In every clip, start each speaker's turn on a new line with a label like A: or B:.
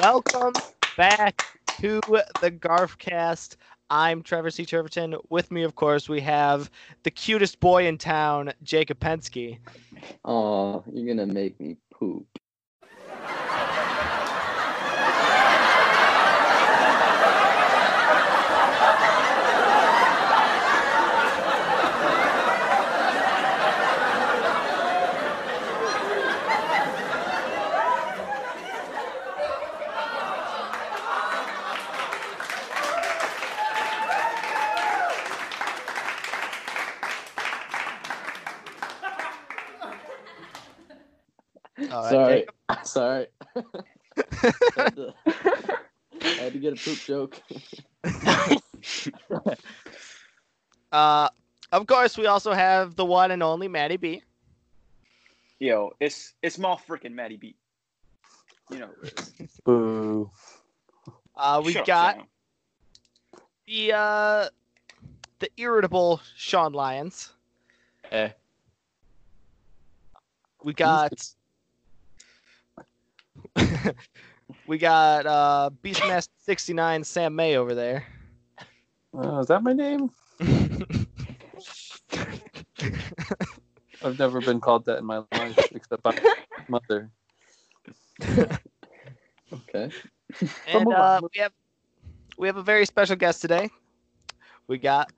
A: Welcome back to the Garfcast. I'm Trevor C. Turverton. With me, of course, we have the cutest boy in town, Jacob Pensky.
B: Oh, you're gonna make me poop.
A: All right,
B: sorry,
A: Uh, Jacob.
B: sorry. had to, I had to get a poop joke.
A: Uh, of course, we also have the one and only Maddie B.
C: Yo, it's it's my freaking Matty B. You know.
D: Boo.
A: Uh, we've
C: shut up,
A: got
C: Sam.
A: the uh, the irritable Sean Lyons.
D: Eh.
A: We got we got uh, Beastmaster sixty nine Sam May over there.
D: Oh, is that my name? I've never been called that in my life except by my mother.
B: Okay.
A: And
D: Come on.
A: uh, we have we have a very special guest today. We got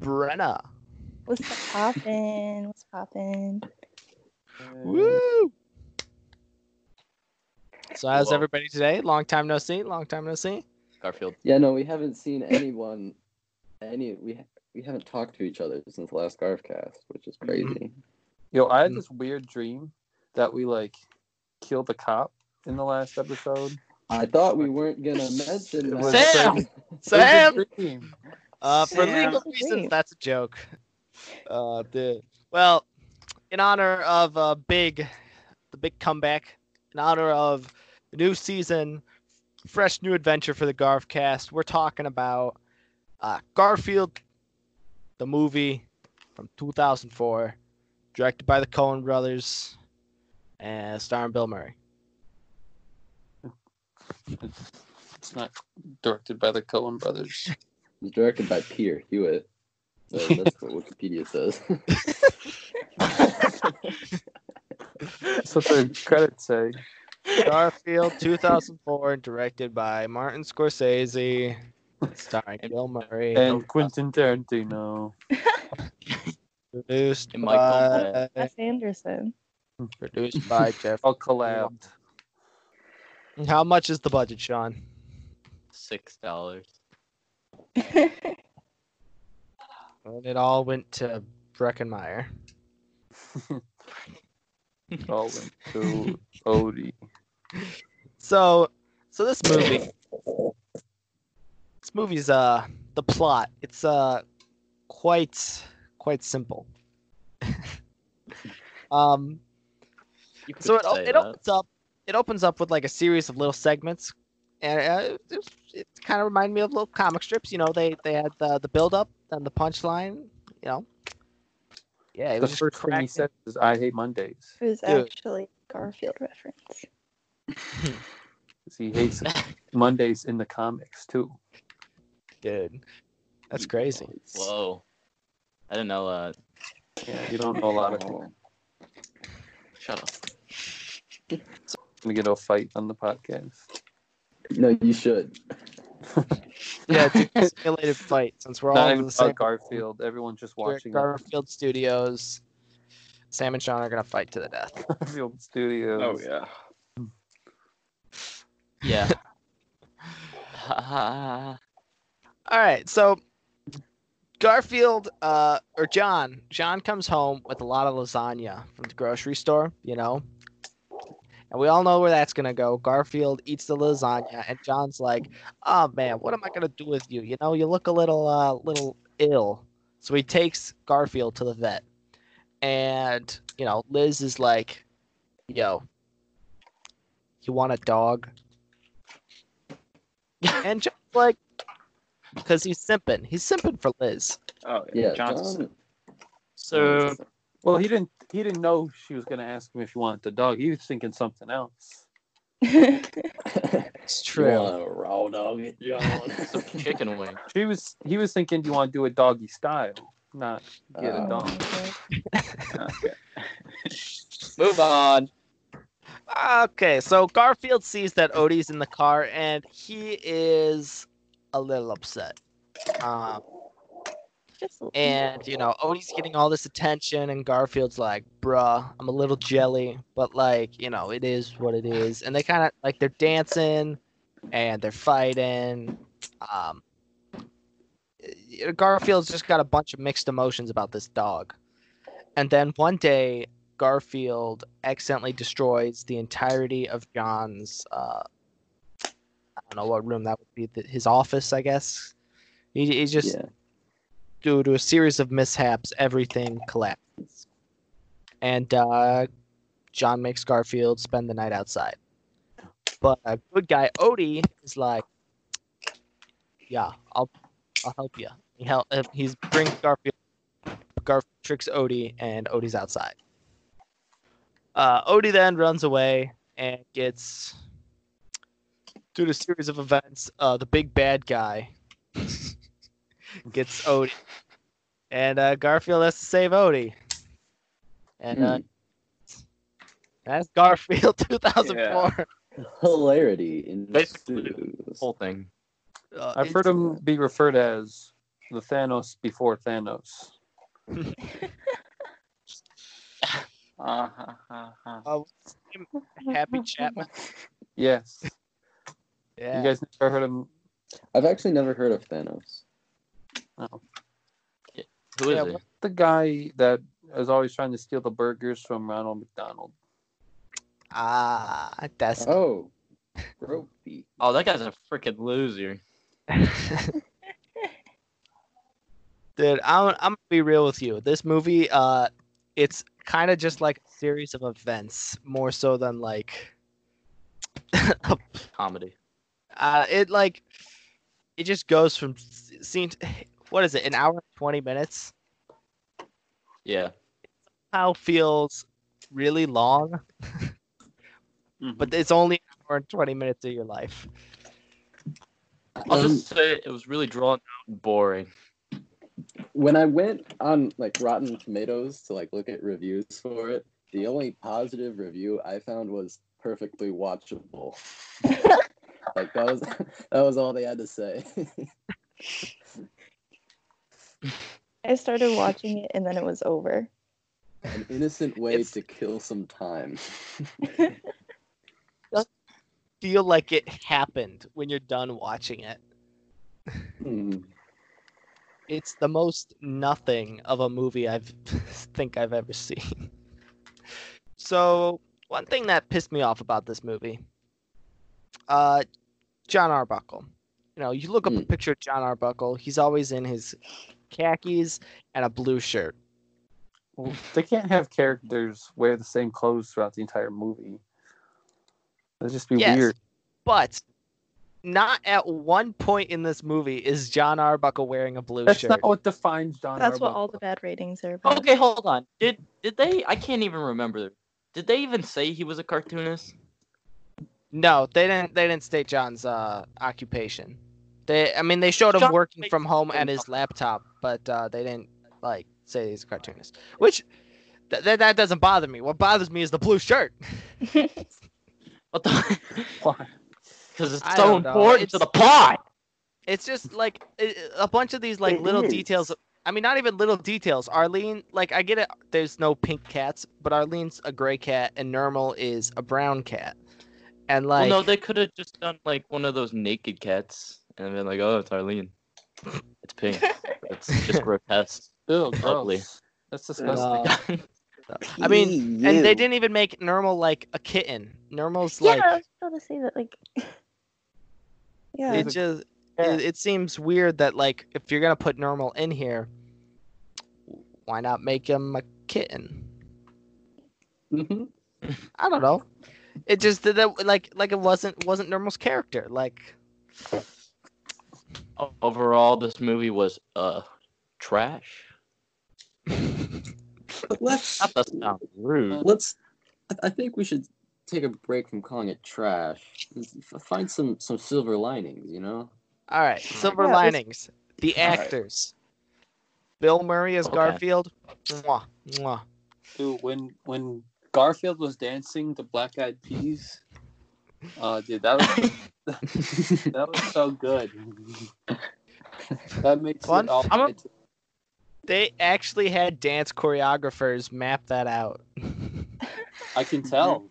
A: Brenna.
E: What's poppin'? What's poppin'?
A: Woo! So how's
D: Hello.
A: everybody today? Long time no see. Long time no see.
D: Garfield.
B: Yeah, no, we haven't seen anyone. Any we ha- we haven't talked to each other since the last Garfcast, which is crazy.
D: Yo, I had
A: Mm.
D: this weird dream that we like killed a cop in the last episode.
B: I thought we weren't gonna mention
D: It
B: that.
D: was
A: Sam!
D: It was a
A: Sam,
D: dream.
A: uh, for
C: Sam.
A: legal reasons, that's a joke. Uh, the, well, in honor of uh, big, the big comeback, in honor of the new season, fresh new adventure for the Garfcast, we're talking about uh, Garfield, the movie from 2004, directed by the Coen Brothers, and starring Bill Murray.
D: It's not directed by the Coen brothers.
B: It was directed by Pierre Hewitt. So that's what Wikipedia says.
D: That's what the credits say.
A: Garfield 2004, directed by Martin Scorsese, starring Bill Murray,
D: And Quentin Tarantino.
A: produced
F: and
A: by
F: Michael
E: Wes Anderson.
A: produced by Jeff.
D: All collabed.
A: How much is the budget, Sean?
F: Six dollars.
A: And it all went to Breckenmeyer.
D: All went to Odie.
A: So, so this movie, this movie's uh the plot. It's uh quite quite simple. um,
F: You could
A: so it, o-
F: say
A: it
F: that.
A: opens up it opens up with like a series of little segments and uh, it, it kind of reminded me of little comic strips you know they they had the the build up and the punchline you know yeah it
D: The
A: was just
D: first thing he
A: cracking.
D: says is, I hate Mondays.
E: It was
A: Dude.
E: actually a Garfield reference.
D: 'Cause He hates Mondays in the comics, too.
A: dude that's crazy
F: Whoa. I didn't know uh, that.
D: Yeah, you don't know a lot of people.
B: Oh,
F: Shut up.
D: We get a fight on the podcast.
B: no, you should.
A: yeah it's a simulated fight since we're all
D: Not
A: in
D: even
A: the same
D: about Garfield. Everyone's just
A: we're at
D: watching
A: garfield studios sam and sean are gonna fight to the death
D: Garfield Studios.
C: Oh yeah.
F: Yeah.
A: all right so Garfield uh, or John. John comes home with a lot of lasagna from the grocery store, you know. And we all know where that's gonna go. Garfield eats the lasagna, and John's like, "Oh man, what am I gonna do with you? You know, you look a little, uh, little ill." So he takes Garfield to the vet, and you know, Liz is like, "Yo, you want a dog?" and John's like, "Cause he's simping. He's simping for Liz."
C: Oh yeah.
B: Yeah, John.
C: Johnson.
F: so
D: Well, he didn't. He didn't know she was going to ask him if he wanted the dog. He was thinking something else.
A: It's true.
B: Wanna raw dog it, John?
F: Some chicken wing.
D: She was he was thinking, do you want to do a doggy style, not get
E: Oh Um,
B: Uh,
D: a dog?
F: Move on.
A: Okay, so Garfield sees that Odie's in the car and he is a little upset. Um,
E: Just a little-
A: and you know odie's getting all this attention and garfield's like bruh i'm a little jelly but like you know it is what it is and they kind of like they're dancing and they're fighting um y- garfield's just got a bunch of mixed emotions about this dog and then one day garfield accidentally destroys the entirety of john's uh i don't know what room that would be th- his office i guess he, he just
B: yeah.
A: due to a series of mishaps, everything collapses. And uh, John makes Garfield spend the night outside. But a good guy, Odie, is like, "Yeah, I'll, I'll help you." He help. uh, He's brings Garfield. Garfield tricks Odie, and Odie's outside. Uh, Odie then runs away and gets, due to a series of events, uh, the big bad guy gets Odie and uh, Garfield has to save Odie. And uh, that's Garfield 2004.
B: Hilarity
F: Basically,
B: ensues.
F: Whole thing.
A: Uh,
D: I've heard him be referred as the Thanos before Thanos.
C: Uh, huh, huh, huh.
A: Happy Chapman.
D: Yes.
A: Yeah.
D: You guys never heard him?
B: I've actually never heard of Thanos.
F: Who is
D: Yeah,
F: he?
D: what's the guy that is always trying to steal the burgers from Ronald McDonald?
A: ah, that's
B: Oh, Gropey.
F: Oh, that guy's a freaking loser.
A: dude. I'm I'm gonna be real with you. This movie, uh, it's kind of just like a series of events, more so than like
F: Comedy.
A: uh, it like it just goes from s- scene. To, what is it? An hour and twenty minutes.
F: Yeah.
A: How feels really long,
C: Mhm.
A: but it's only an hour and 20 minutes of your life.
F: I'll just say it was really drawn out and boring.
B: when I went on like Rotten Tomatoes to like look at reviews for it, the only positive review I found was perfectly watchable. like that was that was all they had to say.
E: I started watching it and then it was over.
B: An innocent way
A: It's-
B: to kill some time.
A: Feel like it happened when you're done watching it.
B: Hmm.
A: It's the most nothing of a movie I've think I've ever seen. So one thing that pissed me off about this movie, uh, John Arbuckle. You know, you look up a
B: Hmm.
A: picture of John Arbuckle. He's always in his khakis and a blue shirt.
D: Well, they can't have characters wear the same clothes throughout the entire movie. That'd just be
A: Yes.
D: weird.
A: But not at one point in this movie is John Arbuckle wearing a blue
D: That's
A: shirt.
D: not what defines John.
E: That's what
D: Arbuckle.
E: all the bad ratings are about.
F: Okay, hold on. Did did they? I can't even remember. Did they even say he was a cartoonist?
A: No, they didn't. They didn't state John's uh, occupation. They, I mean, they showed him
F: John
A: working
F: makes
A: from home
F: his own
A: at his laptop, but uh, they didn't like say he's a cartoonist. Which th- th- that doesn't bother me. What bothers me is the blue shirt.
F: What the?
D: Why?
F: Because it's
A: I
F: so
A: don't know.
F: important to
A: It's-
F: the plot.
A: It's just like i- a bunch of these like
D: It
A: little
D: is.
A: details. I mean, not even little details. Arlene, like I get it. There's no pink cats, but Arlene's a gray cat, and Normal is a brown cat. And like,
F: well, no, they could have just done like one of those naked cats and been like, "Oh, it's Arlene. It's pink. it's just grotesque."
D: Ew,
F: Ugly.
D: gross. That's disgusting.
A: uh, I mean, and they didn't even make Normal like a kitten. Normal's
E: yeah,
A: like
E: I was about to say that. Like, yeah,
A: it just
D: Yeah.
A: it, it seems weird that like if you're gonna put normal in here why not make him a kitten mm-hmm.
B: Mhm.
A: i don't know it just did that like like it wasn't wasn't normal's character like
F: O- Overall, this movie was uh trash.
B: But let's
F: Not that sound rude.
D: Uh,
B: let's. I- I think we should take a break from calling it trash. F- Find some some silver linings, you know.
A: All right, silver
E: Yeah, it was-
A: linings. The
C: All right.
A: actors. Bill Murray as
F: Okay.
A: Garfield. Mwah, mwah.
D: Dude, when when Garfield was dancing the Black Eyed Peas, uh, dude, that was that was so good. that makes
A: Fun-
D: it all.
A: I'm a- They actually had dance choreographers map that out.
D: I can tell.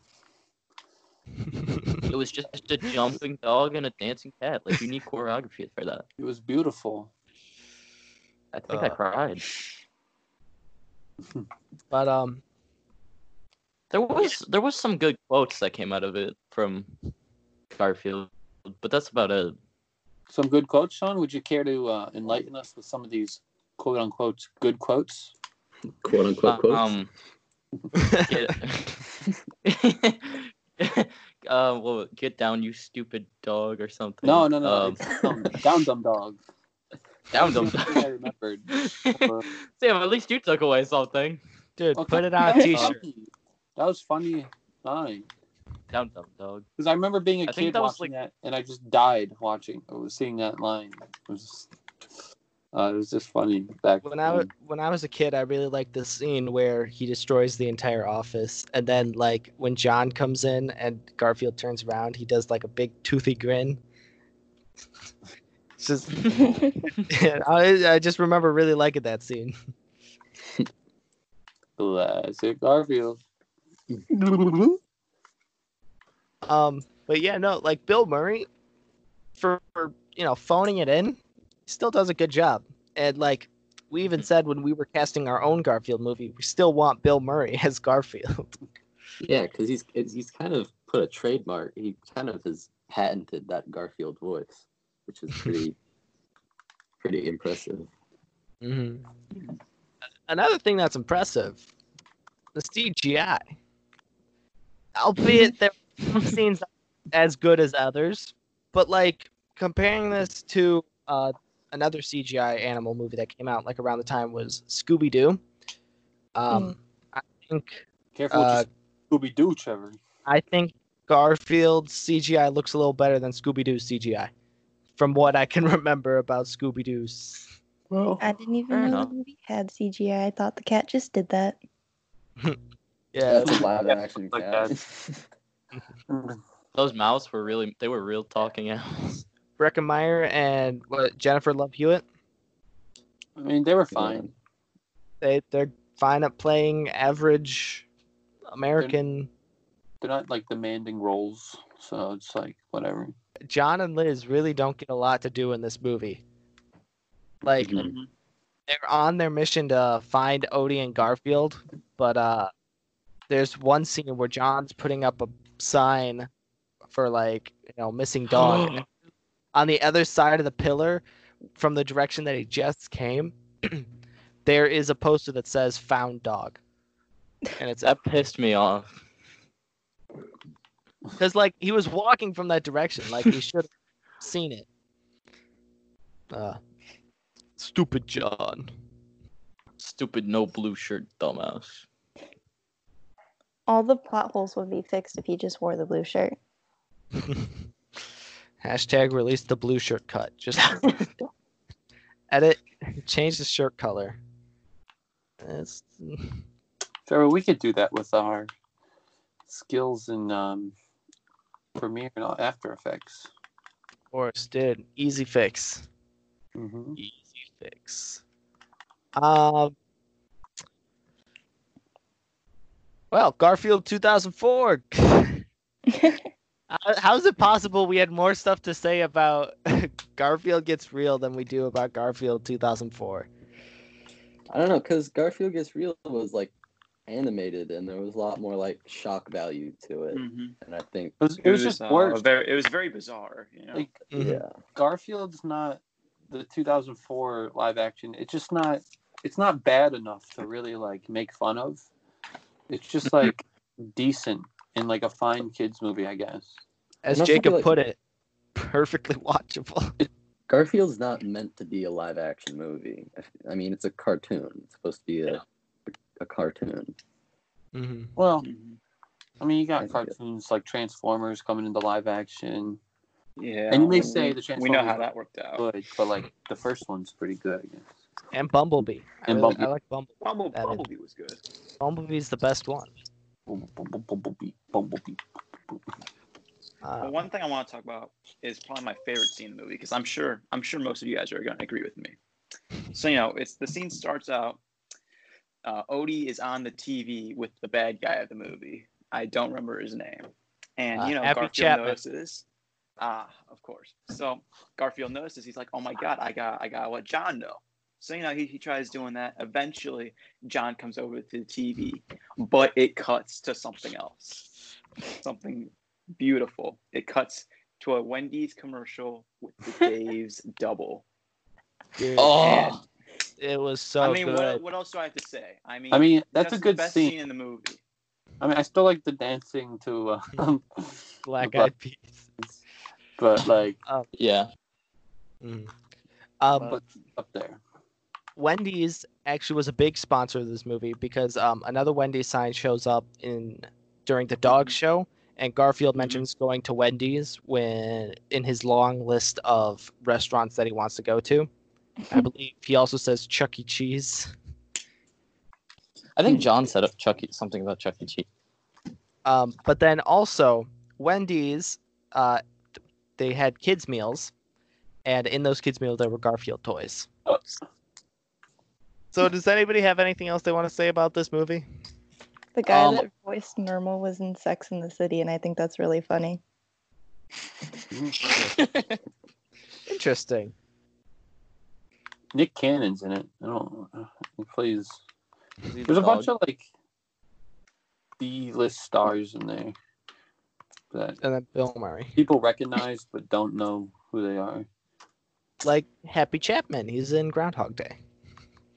F: It was just a jumping dog and a dancing cat. Like you need choreography for that.
D: It was beautiful.
F: I think I
A: Uh.
F: cried.
A: But um,
F: There was there was some good quotes that came out of it from Garfield, but that's about it.
D: Some good quotes, Sean. Would you care to uh, enlighten us with some of these quote unquote good quotes?
B: Quote unquote quotes.
F: Um, get, uh, well, get down, you stupid dog, or something.
D: No, no, no.
F: Um,
D: it's dumb, down, dumb dog.
F: down, dumb
D: That's the only
F: dog.
D: thing I remembered.
F: Sam, at least you took away something.
A: dude,
D: Okay.
A: put it on
D: That
A: a
D: was
A: t-shirt.
D: funny. That was funny line.
F: Down, dumb dog.
D: Because I remember being a
F: I think
D: kid
F: that was,
D: watching that, and I just died watching. I was seeing that line. It was, uh, it was just funny back
A: When I wa- when I was a kid, I really liked the scene where he destroys the entire office, and then like when John comes in and Garfield turns around, he does like a big toothy grin. It's just I, I just remember really liking that scene.
D: Classic Garfield.
A: Um, but yeah, no, like Bill Murray, for, for you know phoning it in, still does a good job. And like we even said when we were casting our own Garfield movie, we still want Bill Murray as Garfield.
B: Yeah, because he's it's, he's kind of put a trademark. He kind of has patented that Garfield voice, which is pretty pretty impressive.
A: Mm-hmm. Another thing that's impressive, the CGI. Albeit there were some scenes as good as others, but like comparing this to uh, another CGI animal movie that came out like around the time was Scooby Doo. Um, I think
D: Careful
A: uh,
D: with your Scooby Doo, Trevor.
A: I think Garfield's CGI looks a little better than Scooby Doo's CGI, from what I can remember about Scooby Doo's.
D: Well,
E: I didn't even
F: Fair
E: know
F: enough.
E: the movie had CGI. I thought the cat just did that.
A: Yeah,
B: That's a live action
D: Like
B: cat.
F: Those mouths were really, they were real talking owls.
A: Breckenmeyer and what, Jennifer Love Hewitt.
D: I mean, they were fine.
A: they they're fine at playing average American.
D: They're not like demanding roles, so it's like whatever.
A: John and Liz really don't get a lot to do in this movie. Like
B: Mhm.
A: they're on their mission to find Odie and Garfield, but uh there's one scene where John's putting up a sign for like, you know, missing dog. And on the other side of the pillar from the direction that he just came, there is a poster that says found dog. And it's uh,
F: That pissed me off.
A: Because like he was walking from that direction, like he should have seen it. Uh, stupid John.
F: Stupid no blue shirt dumbass.
E: All the plot holes would be fixed if he just wore the blue shirt.
A: Hashtag release the blue shirt cut. Just edit, change the shirt color. It's
D: Trevor, we could do that with our skills in um, Premiere and After Effects.
A: course, dude. Easy fix.
D: Mm-hmm.
A: Easy fix. Um. Well, Garfield 2004. How, Uh, how is it possible we had more stuff to say about Garfield Gets Real than we do about Garfield 2004?
B: I don't know, because Garfield Gets Real was like animated, and there was a lot more like shock value to it.
C: Mhm.
B: And I think,
D: It was, it was just
C: uh,
D: worse.
C: very, it was very bizarre. You know?
D: Like,
A: Mm-hmm.
B: yeah,
D: Garfield's not the 2004 live action. It's just not. It's not bad enough to really like make fun of. It's just
B: Mm-hmm.
D: like decent and like a fine kids movie, I guess.
A: As
B: And I feel
A: Jacob
B: like-
A: put it, perfectly watchable.
B: Garfield's not meant to be a live action movie. I f- I mean, it's a cartoon. It's supposed to be a a cartoon.
C: Mm-hmm.
A: Mhm.
D: Well,
C: Mhm.
D: I mean, you
B: I
D: got
B: get it.
D: cartoons like Transformers coming into live action,
C: Yeah.
D: and you may
C: we-
D: say the
C: we
D: Transformers
C: know how that worked out.
D: good, but like the first one's pretty good. I guess.
A: And Bumblebee. I,
D: And
A: really-
D: Bumblebee.
A: I like Bumblebee.
C: Bumble,
A: That is-
C: Bumblebee was good.
A: Bumblebee's the best one.
D: Bum- bum- bum- Bumblebee, Bumblebee.
A: Uh,
C: But one thing I want to talk about is probably my favorite scene in the movie because I'm sure I'm sure most of you guys are going to agree with me. So you know, it's the scene starts out. Uh, Odie is on the TV with the bad guy of the movie. I don't remember his name, and
A: Uh,
C: you know
A: Abby
C: Garfield
A: Chapman.
C: notices. Ah, of course. So Garfield notices. He's like, "Oh my God, I got I got to let John know." So you know he, he tries doing that. Eventually, John comes over to the TV, but it cuts to something else, something beautiful. It cuts to a Wendy's commercial with the Dave's double.
A: dude,
D: Oh,
A: it was so
C: I mean,
A: good.
C: what, what else do I have to say? I mean,
D: I mean that's a
C: just
D: good
C: the best
D: scene.
C: scene. in the movie.
D: I mean, I still like the dancing to, uh,
A: Black
D: but-
A: Eyed Peas.
D: but like
F: Yeah.
A: Mm. Um,
D: but up there.
A: Wendy's actually was a big sponsor of this movie because um, another Wendy's sign shows up in during the dog
C: Mm-hmm.
A: show, and Garfield
C: Mhm.
A: mentions going to Wendy's when in his long list of restaurants that he wants to go to. I believe he also says Chuck E. Cheese.
F: I think John said up Chuck E- something about Chuck E. Cheese.
A: Um, but then also Wendy's, uh, they had kids meals, and in those kids meals there were Garfield toys. So does anybody have anything else they want to say about this movie?
E: The guy
D: Um,
E: that voiced Normal was in Sex in the City, and I think that's really funny.
A: Interesting.
D: Nick Cannon's in it. I don't. uh, He plays.
F: Is he the
D: There's a
F: dog?
D: bunch of like B-list stars in there that
A: And then Bill Murray.
D: people recognize but don't know who they are.
A: Like Happy Chapman, he's in Groundhog Day.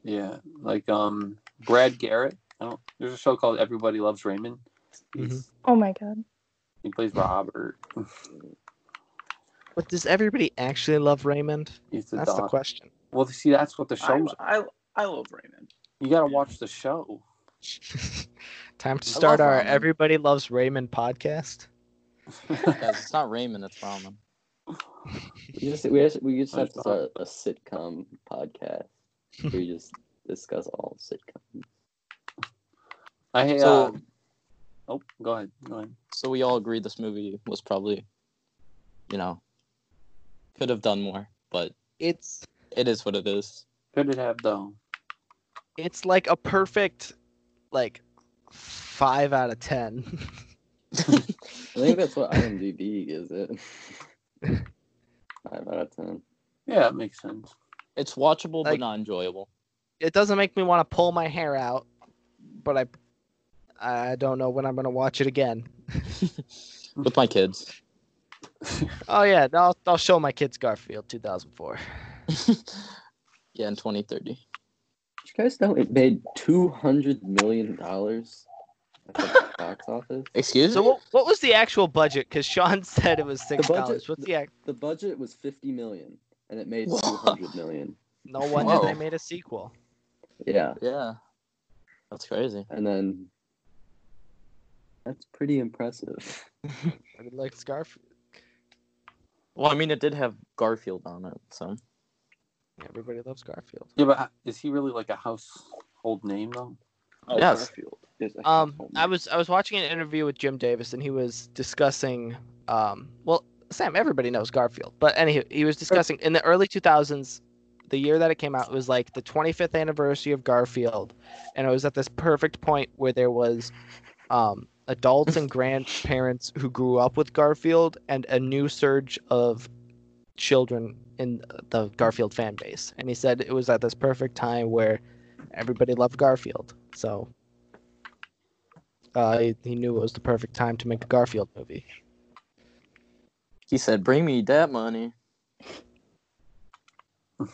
D: Yeah, like um Brad Garrett. I don't. There's a show called Everybody Loves Raymond. He's-
E: Oh my god.
D: He plays Robert.
A: But does everybody actually love Raymond?
D: He's the
A: That's the
D: dog.
A: question.
D: well, see, that's what the show's.
C: I, I, I love Raymond.
D: You gotta watch the show.
A: Time to start
D: love
A: our
D: Raymond.
A: Everybody Loves Raymond podcast.
F: Guys, it's not Raymond, it's Ramen.
B: We just we just, we just
D: I
B: have to
D: thought-
B: start a sitcom podcast where we just discuss all sitcoms.
D: I hate.
F: So-
D: um, oh, go ahead. Go ahead.
F: So we all agreed this movie was probably, you know, could have done more, but
A: It's
F: it is what it is.
D: Could it have though?
A: it's like a perfect like five out of ten.
B: I think that's what IMDb is it. Five out of ten.
D: Yeah, it makes sense.
F: It's watchable
A: Like-
F: but not enjoyable.
A: it doesn't make me want to pull my hair out, but I I don't know when I'm gonna watch it again.
F: With my kids.
A: Oh yeah, I'll I'll show my kids Garfield 2004.
F: yeah, in 2030.
B: Did you guys know it made two hundred million dollars at the box office?
F: Excuse
A: So
F: me?
A: what, what was the actual budget? Because Sean said it was six
B: budget-
A: dollars. What's the ac-
B: The budget was fifty million, and it made
F: Whoa.
B: two hundred million.
A: no wonder they
F: Whoa.
A: made a sequel.
B: Yeah,
F: Yeah. That's crazy.
B: and then that's pretty impressive.
A: I mean, like Scarfield.
F: Well, I mean, it did have Garfield on it, so.
A: Everybody loves Garfield.
D: Yeah, but uh, is he really like a household name though?
C: Oh,
F: Yes.
C: Garfield is a
A: Um,
C: household
A: I
C: name.
A: was I was watching an interview with Jim Davis, and he was discussing. Um, well, Sam, everybody knows Garfield, but anyway, he was discussing in the early 2000s, the year that it came out it was like the 25th anniversary of Garfield, and it was at this perfect point where there was, um, adults and grandparents who grew up with Garfield, and a new surge of children in the Garfield fan base. And he said it was at this perfect time where everybody loved Garfield, so uh, he, he knew it was the perfect time to make a Garfield movie.
F: He said, bring me that money.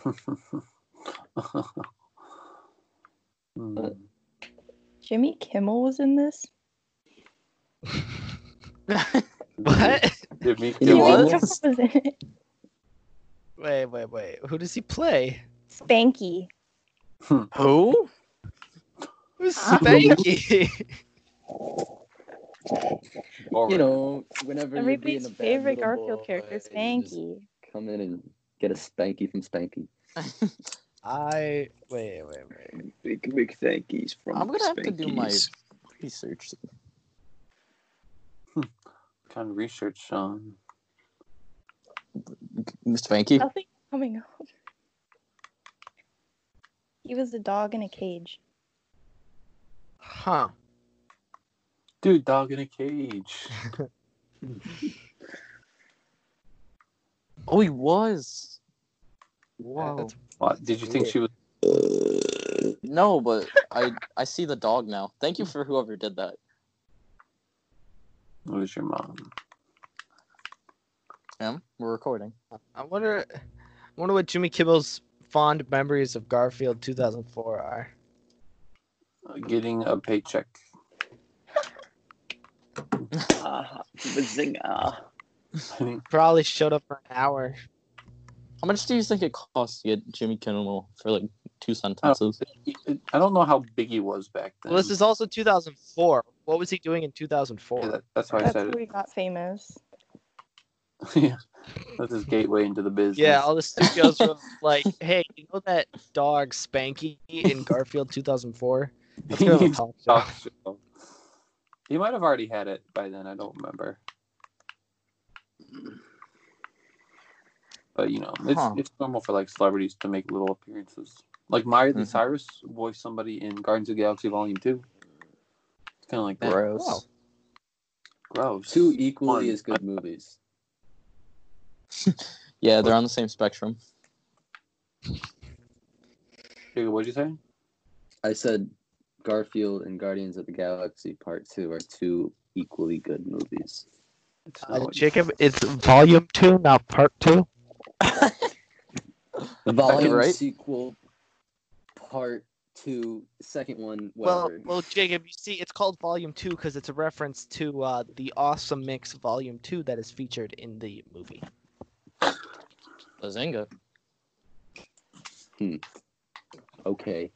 D: Hmm.
E: Jimmy Kimmel was in this?
A: What?
B: He
D: Jimmy
E: Jimmy
D: Kimmel?
B: was?
E: Kimmel was in it.
A: wait, wait, wait. Who does he play?
E: Spanky.
F: Who?
D: Uh,
A: Who's Spanky?
D: Or
B: You know, whenever you're being
E: Everybody's
B: a bad
E: favorite
B: little
E: Garfield
B: boy,
E: character is
B: you just
E: Spanky.
B: Come in and get a Spanky from Spanky.
A: I wait, wait, wait.
C: Big, big thank yous from
F: I'm gonna have to do my
C: Spanky's.
F: research.
D: kind of research on.
F: Mr. Fanky.
E: Nothing coming up. He was a dog in a cage.
A: Huh.
D: Dude, dog in a cage.
F: Oh, he was. Wow.
A: That's-
D: What, did you think she was?
F: No, but I I see the dog now. Thank you for whoever did that.
D: It was your mom.
F: Em, we're recording.
A: I wonder, I wonder what Jimmy Kimball's fond memories of Garfield 2004 are.
D: Uh, Getting a paycheck.
C: Ah, bazinga.
D: I think
A: Probably showed up for an hour.
F: How much do you think it costs to get Jimmy Kimmel for like two sentences?
D: I don't know how big he was back then.
A: Well, this is also 2004. What was he doing in 2004?
D: Yeah, that- that's why I
E: That's
D: said it.
E: where we got famous.
D: yeah, that's his gateway into the business.
A: Yeah, all the studios were like, "Hey, you know that dog Spanky in Garfield 2004?" Let's go to a talk show.
D: talk show. He might have already had it by then. I don't remember. But you know, it's
F: Huh.
D: it's normal for like celebrities to make little appearances. Like Miley
A: Mm-hmm.
F: Mhm.
D: Cyrus voiced somebody in Guardians of the Galaxy Volume Two. It's kind of like that.
F: Gross.
A: Wow.
D: Gross.
B: Two equally
D: One.
B: as good movies.
F: Yeah, they're on the same spectrum.
D: Jacob, what'd you say?
B: I said Garfield and Guardians of the Galaxy Part Two are two equally good movies.
D: It's
A: Uh,
D: not what you-
A: Jacob, it's volume two, not part two.
B: The volume
F: right.
B: sequel, Part Two, second one,
A: Well,
B: whatever.
A: well, Jacob, you see, it's called volume two because it's a reference to uh, the awesome mix volume two that is featured in the movie.
F: Bazinga.
B: okay.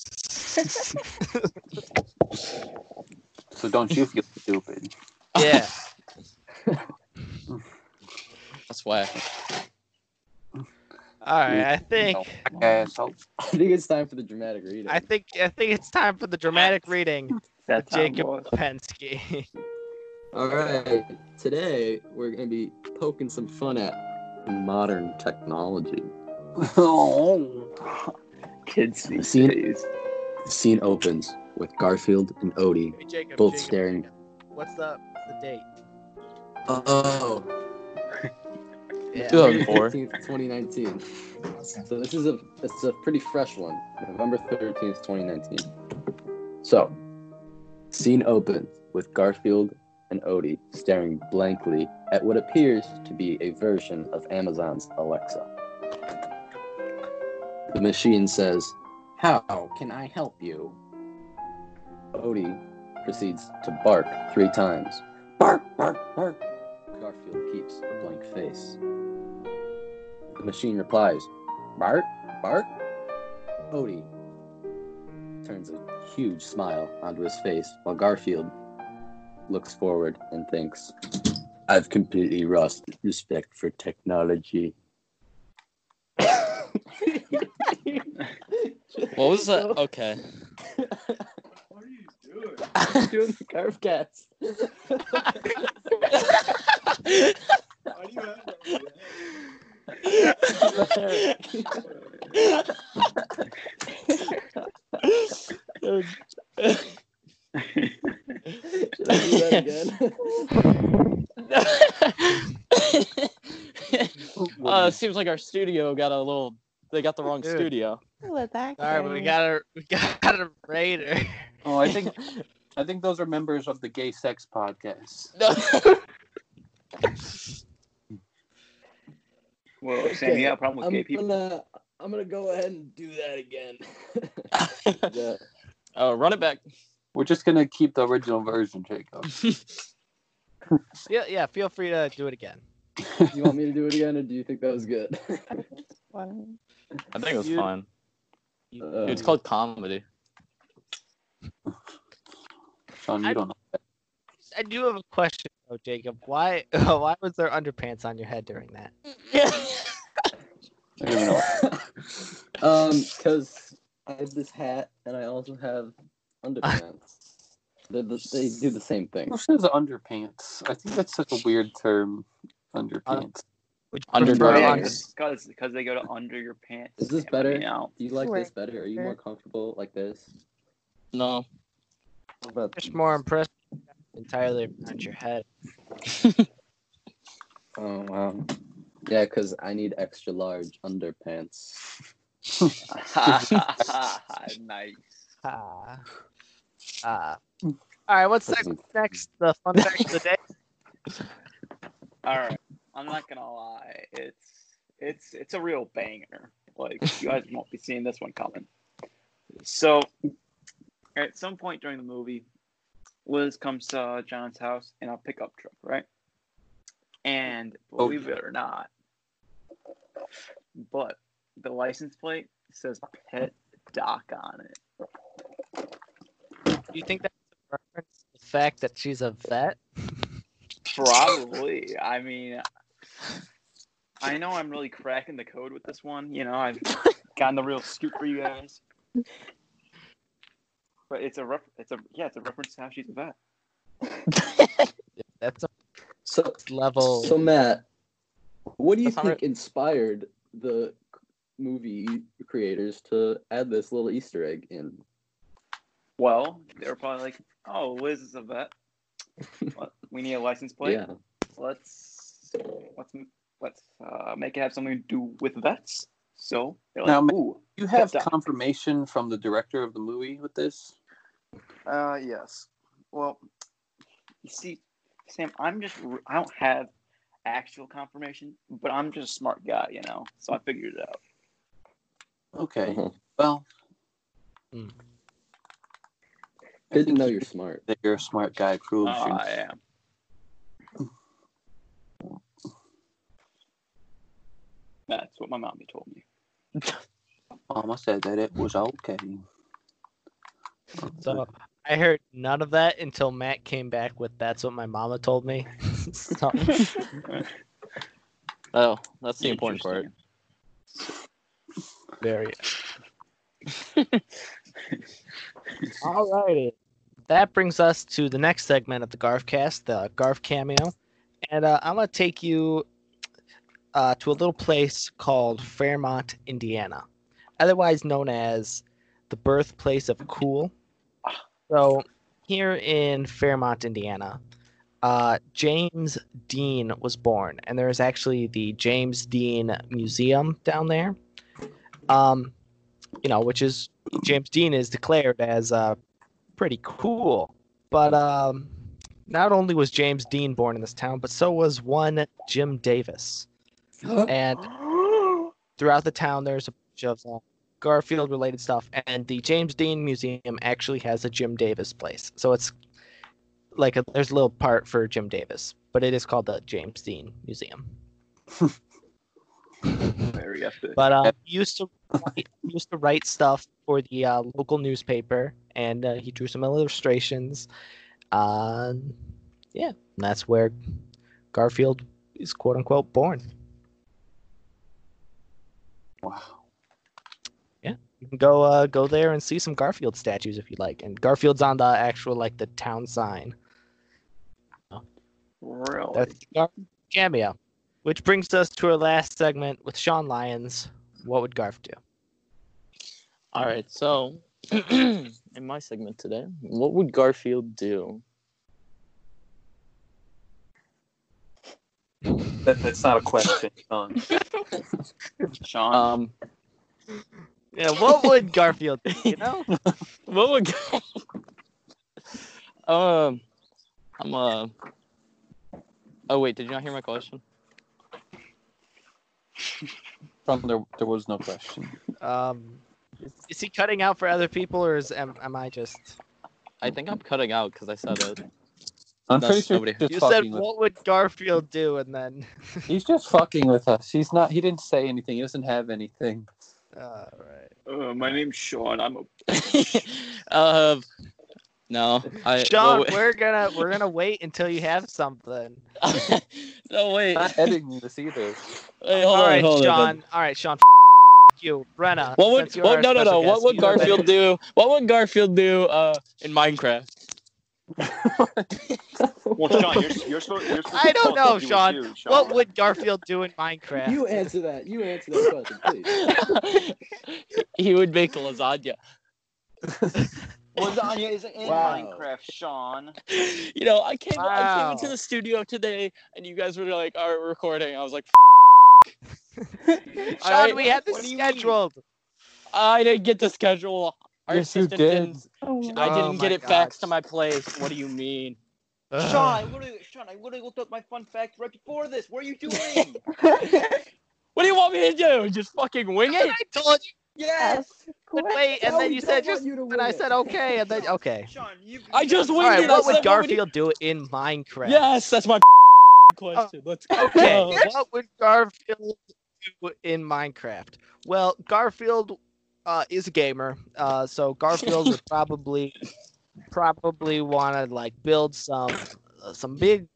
D: So don't you feel stupid?
A: Yeah.
F: That's why.
A: All right. I think.
D: No. Asshole.
B: I think it's time for the dramatic reading.
A: I think. I think it's time for the dramatic reading.
C: That time
A: Jacob
C: was-
A: Pensky.
B: All right. Today we're gonna be poking some fun at modern technology.
D: Oh.
C: kids these
B: Seen-
C: days.
B: The scene opens with Garfield and Odie
A: Hey, Jacob.
B: both
A: Jacob,
B: staring.
A: What's the the date?
B: Oh.
A: Yeah.
F: Dude. 2004.
B: 15th, 2019. So this is a it's a pretty fresh one. November 13th, 2019. So, scene opens with Garfield and Odie staring blankly at what appears to be a version of Amazon's Alexa. The machine says, "How can I help you?" Odie proceeds to bark three times. Bark, bark, bark. Garfield keeps a blank face. The machine replies, Bark, bark. Odie turns a huge smile onto his face while Garfield looks forward and thinks, I've completely lost respect for technology.
F: What was that? Okay.
C: What are you doing?
B: I'm doing the curve cats.
C: Why do you have
B: Should I do that again?
F: uh, seems like our studio got a little. They got the wrong
A: Dude.
F: studio.
E: Let that
A: All right, we
E: go.
A: got a we got a raider.
D: oh, I think I think those are members of the Gay Sex Podcast.
F: No.
C: Well, Sam, you got a problem with
B: I'm
C: gay people?
B: Gonna, I'm gonna go ahead and do that again. yeah.
F: Oh, run it back.
D: We're just gonna keep the original version, Jacob.
A: Yeah, yeah. Feel free to do it again.
B: You want me to do it again, or do you think that was good?
E: One.
F: I think it was
A: You-
F: fun.
B: Uh,
F: It's called comedy.
D: Sean, you
A: I-
D: don't know.
A: I do have a question though, Jacob. Why why was there underpants on your head during that?
D: I don't even know.
B: um, because I have this hat and I also have underpants. They're the, they do the same thing.
D: Who says underpants? I think that's such a weird term. Underpants.
A: Would you
B: Under-
A: prefer
B: Underwear.
A: on-
C: because because they go to under your pants.
B: Is this
C: Damn,
B: better?
C: you know.
B: Do you like
E: Sure.
B: this better? Are you more comfortable like this?
F: No.
B: What about
A: just more impressed entirely around your head.
B: Oh wow. Yeah, because I need extra large underpants.
C: nice.
A: Ah. Ah. All right, what's next? next? The fun fact of the day.
C: All right. I'm not gonna lie. It's it's it's a real banger. Like you guys won't be seeing this one coming. So at some point during the movie, Liz comes to uh, John's house in a pickup truck, right? And believe it or not, but the license plate says pet doc on it.
A: Do you think that's a reference to the fact that she's a vet?
C: Probably. I mean, I know I'm really cracking the code with this one. You know, I've gotten the real scoop for you guys. But it's a ref- it's a yeah, it's a reference to how she's a vet.
A: That's a
B: So
A: level.
B: so Matt, what do you
A: That's not
B: think inspired the movie creators to add this little Easter egg in?
C: Well, they were probably like, "Oh, Liz is a vet. What- We need a license plate.
B: Yeah.
C: Let's let's let's uh, make it have something to do with vets." So they're
D: Now,
C: like,
D: ma-
C: "Ooh,
D: You have
C: Pet doc.
D: confirmation from the director of the movie with this.
C: Uh, yes. Well, you see, Sam, I'm just, I don't have actual confirmation, but I'm just a smart guy, you know? So I figured it out.
D: Okay.
B: Uh-huh.
D: Well,
A: hmm.
B: Didn't know you're smart.
D: that you're a smart guy
C: Oh,
D: proves you.
C: I am. That's what my mommy told me.
D: Mama said that it was okay.
A: So I heard none of that until Matt came back with "That's what my mama told me." So-
F: Oh, that's the important part.
C: Interesting.
A: Very. Alrighty. That brings us to the next segment of the Garfcast, the Garf cameo, and uh, I'm gonna take you uh, to a little place called Fairmont, Indiana, otherwise known as the birthplace of cool. So here in Fairmont, Indiana, uh, James Dean was born, and there is actually the James Dean Museum down there um, you know, which is James Dean is declared as uh, pretty cool. But um, not only was James Dean born in this town, but so was one Jim Davis. And throughout the town, there's a bunch of uh, Garfield related stuff, and the James Dean Museum actually has a Jim Davis place. So it's like a, there's a little part for Jim Davis, but it is called the James Dean Museum.
C: Very epic.
A: But uh, he used to he used to write stuff for the uh, local newspaper, and uh, he drew some illustrations. Uh, yeah, and that's where Garfield is quote unquote born.
D: Wow.
A: You can go uh, go there and see some Garfield statues if you like. And Garfield's on the actual like the town sign.
C: Really?
A: That's the Garf cameo, which brings us to our last segment with Sean Lyons. What would Garf do?
F: All right, so in my segment today, what would Garfield do?
D: That, that's not a question. Sean.
C: Sean.
F: Um,
A: Yeah, what would Garfield? Do, you know,
F: what would um I'm uh oh wait did you not hear my question
D: Sean, there, there was no question.
A: um, is, is he cutting out for other people, or is am, am I just?
F: I think I'm cutting out because I said it
D: I'm
F: No,
D: pretty sure
F: nobody-
D: he's
A: You
D: just
A: said
D: fucking with,
A: what would Garfield do, and then
D: he's just fucking with us. He's not. He didn't say anything. He doesn't have anything.
A: uh, right.
C: Uh, my name's Sean. I'm a.
F: uh No, I.
A: Sean,
F: well,
A: we're gonna we're gonna wait until you have something.
F: wait. no wait.
D: Not editing this either.
F: Wait, hold
A: all
F: on,
A: right,
F: hold on.
A: Sean. All right, Sean. F- you, Brenna.
F: What would
A: since you're
F: what,
A: our
F: no no no?
A: special
F: What
A: guest,
F: would
A: you know
F: Garfield
A: better.
F: do? What would Garfield do uh, in Minecraft?
C: Well, Sean, you're, you're supposed. You're supposed
A: I
C: to
A: don't
C: tell
A: know,
C: us what you
A: Sean.
C: would do, Sean.
A: What would Garfield do in Minecraft?
B: You answer that. You answer that question, please.
F: he would make lasagna.
C: lasagna is in
B: Wow.
C: Minecraft, Sean?
F: You know, I came I came into
A: Wow.
F: the studio today, and you guys were like, "All right, we're recording." I was like,
A: Sean,
F: All right,
A: we had this
C: what do you mean?
A: scheduled.
F: "I didn't get the schedule. Our
D: Yes, you
F: assistant
D: did.
F: didn't-
E: Oh,
A: Sh-
F: I
A: Oh
F: didn't
A: my
F: get it
A: God.
F: faxed to my place. What do you mean?"
C: Sean,
F: Uh.
C: I literally, Sean, I literally looked up my fun fact right before this. What are you doing?
F: What do you want me to do? Just fucking wing it?
A: I told you.
E: yes.
A: to Wait, and
B: No,
A: then
B: we
A: you
B: don't
A: said
B: want
A: just.
B: you to
A: And I
B: win it.
A: said okay, and then okay.
C: Sean, you.
F: I just
A: All
F: winged
A: right,
F: it. I
A: what would
F: said, "What would he-"
A: Garfield do in Minecraft?
F: Yes, that's my question. Let's go.
A: Okay, what would Garfield do in Minecraft? Well, Garfield uh, is a gamer, uh, so Garfield would probably probably want to like build some uh, some big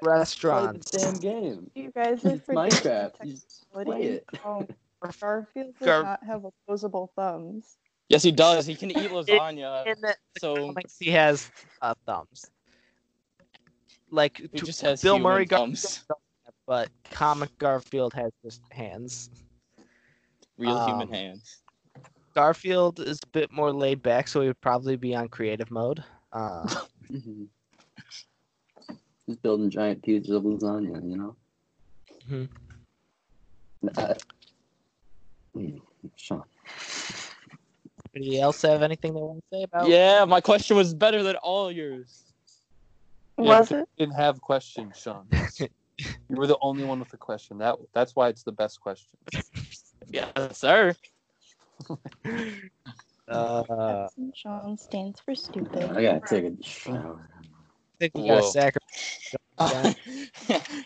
B: Play the
A: restaurants.
B: damn game.
E: You guys are
B: It's
E: forgetting the
B: Minecraft. You play
E: technicality.
B: it.
E: Oh, Garfield does
A: Gar-
E: not have opposable thumbs.
F: Yes, he does. He can eat lasagna.
A: In the
F: so
A: comics, he has uh, thumbs. Like
F: he
A: to-
F: just has
A: Bill
F: human
A: Murray Garfield,
F: thumbs.
A: but comic Garfield has just hands.
F: Real
A: Um,
F: human hands.
A: Garfield is a bit more laid back, so he would probably be on creative mode. Uh,
B: Mhm. Just building giant pieces of lasagna, you know.
A: Mhm.
B: Uh, mm, Sean.
A: Anybody else have anything they want to say about?
F: Yeah, my question was better than all yours.
E: Was it?
D: Didn't have questions, Sean. You were the only one with a question. That that's why it's the best question.
F: Yes, sir.
A: Uh,
E: Absent Sean stands for
B: I
E: stupid.
B: gotta take a shower.
A: I think we got
F: Whoa.
A: sacrifice. Yeah.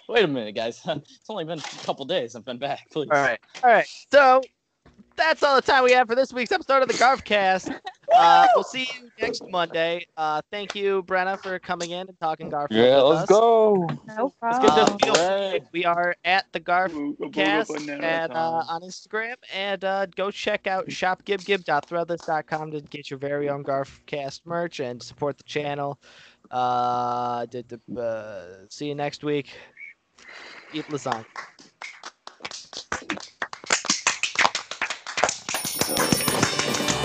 F: Wait a minute, guys. It's only been a couple days. I've been back. Please.
A: All right, all right. So that's all the time we have for this week's episode of the Garfcast. Uh, we'll see you next Monday. Uh, thank you, Brenna, for coming in and talking Garfield.
D: Yeah,
A: with
D: let's
A: us.
D: go.
E: No
A: Let's get this
E: problem.
A: feel free. We are at the Garfcast
C: Garfcast
A: and, uh,
C: um,
A: on Instagram, and uh, go check out shopgibgib.threadless.com to get your very own Garfcast merch and support the channel. Uh, d- d- uh, see you next week. Eat lasagna.
F: Woo!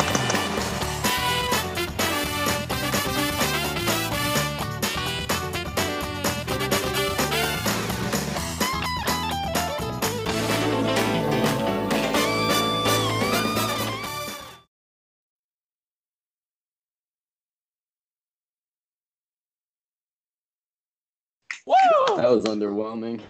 B: That was underwhelming.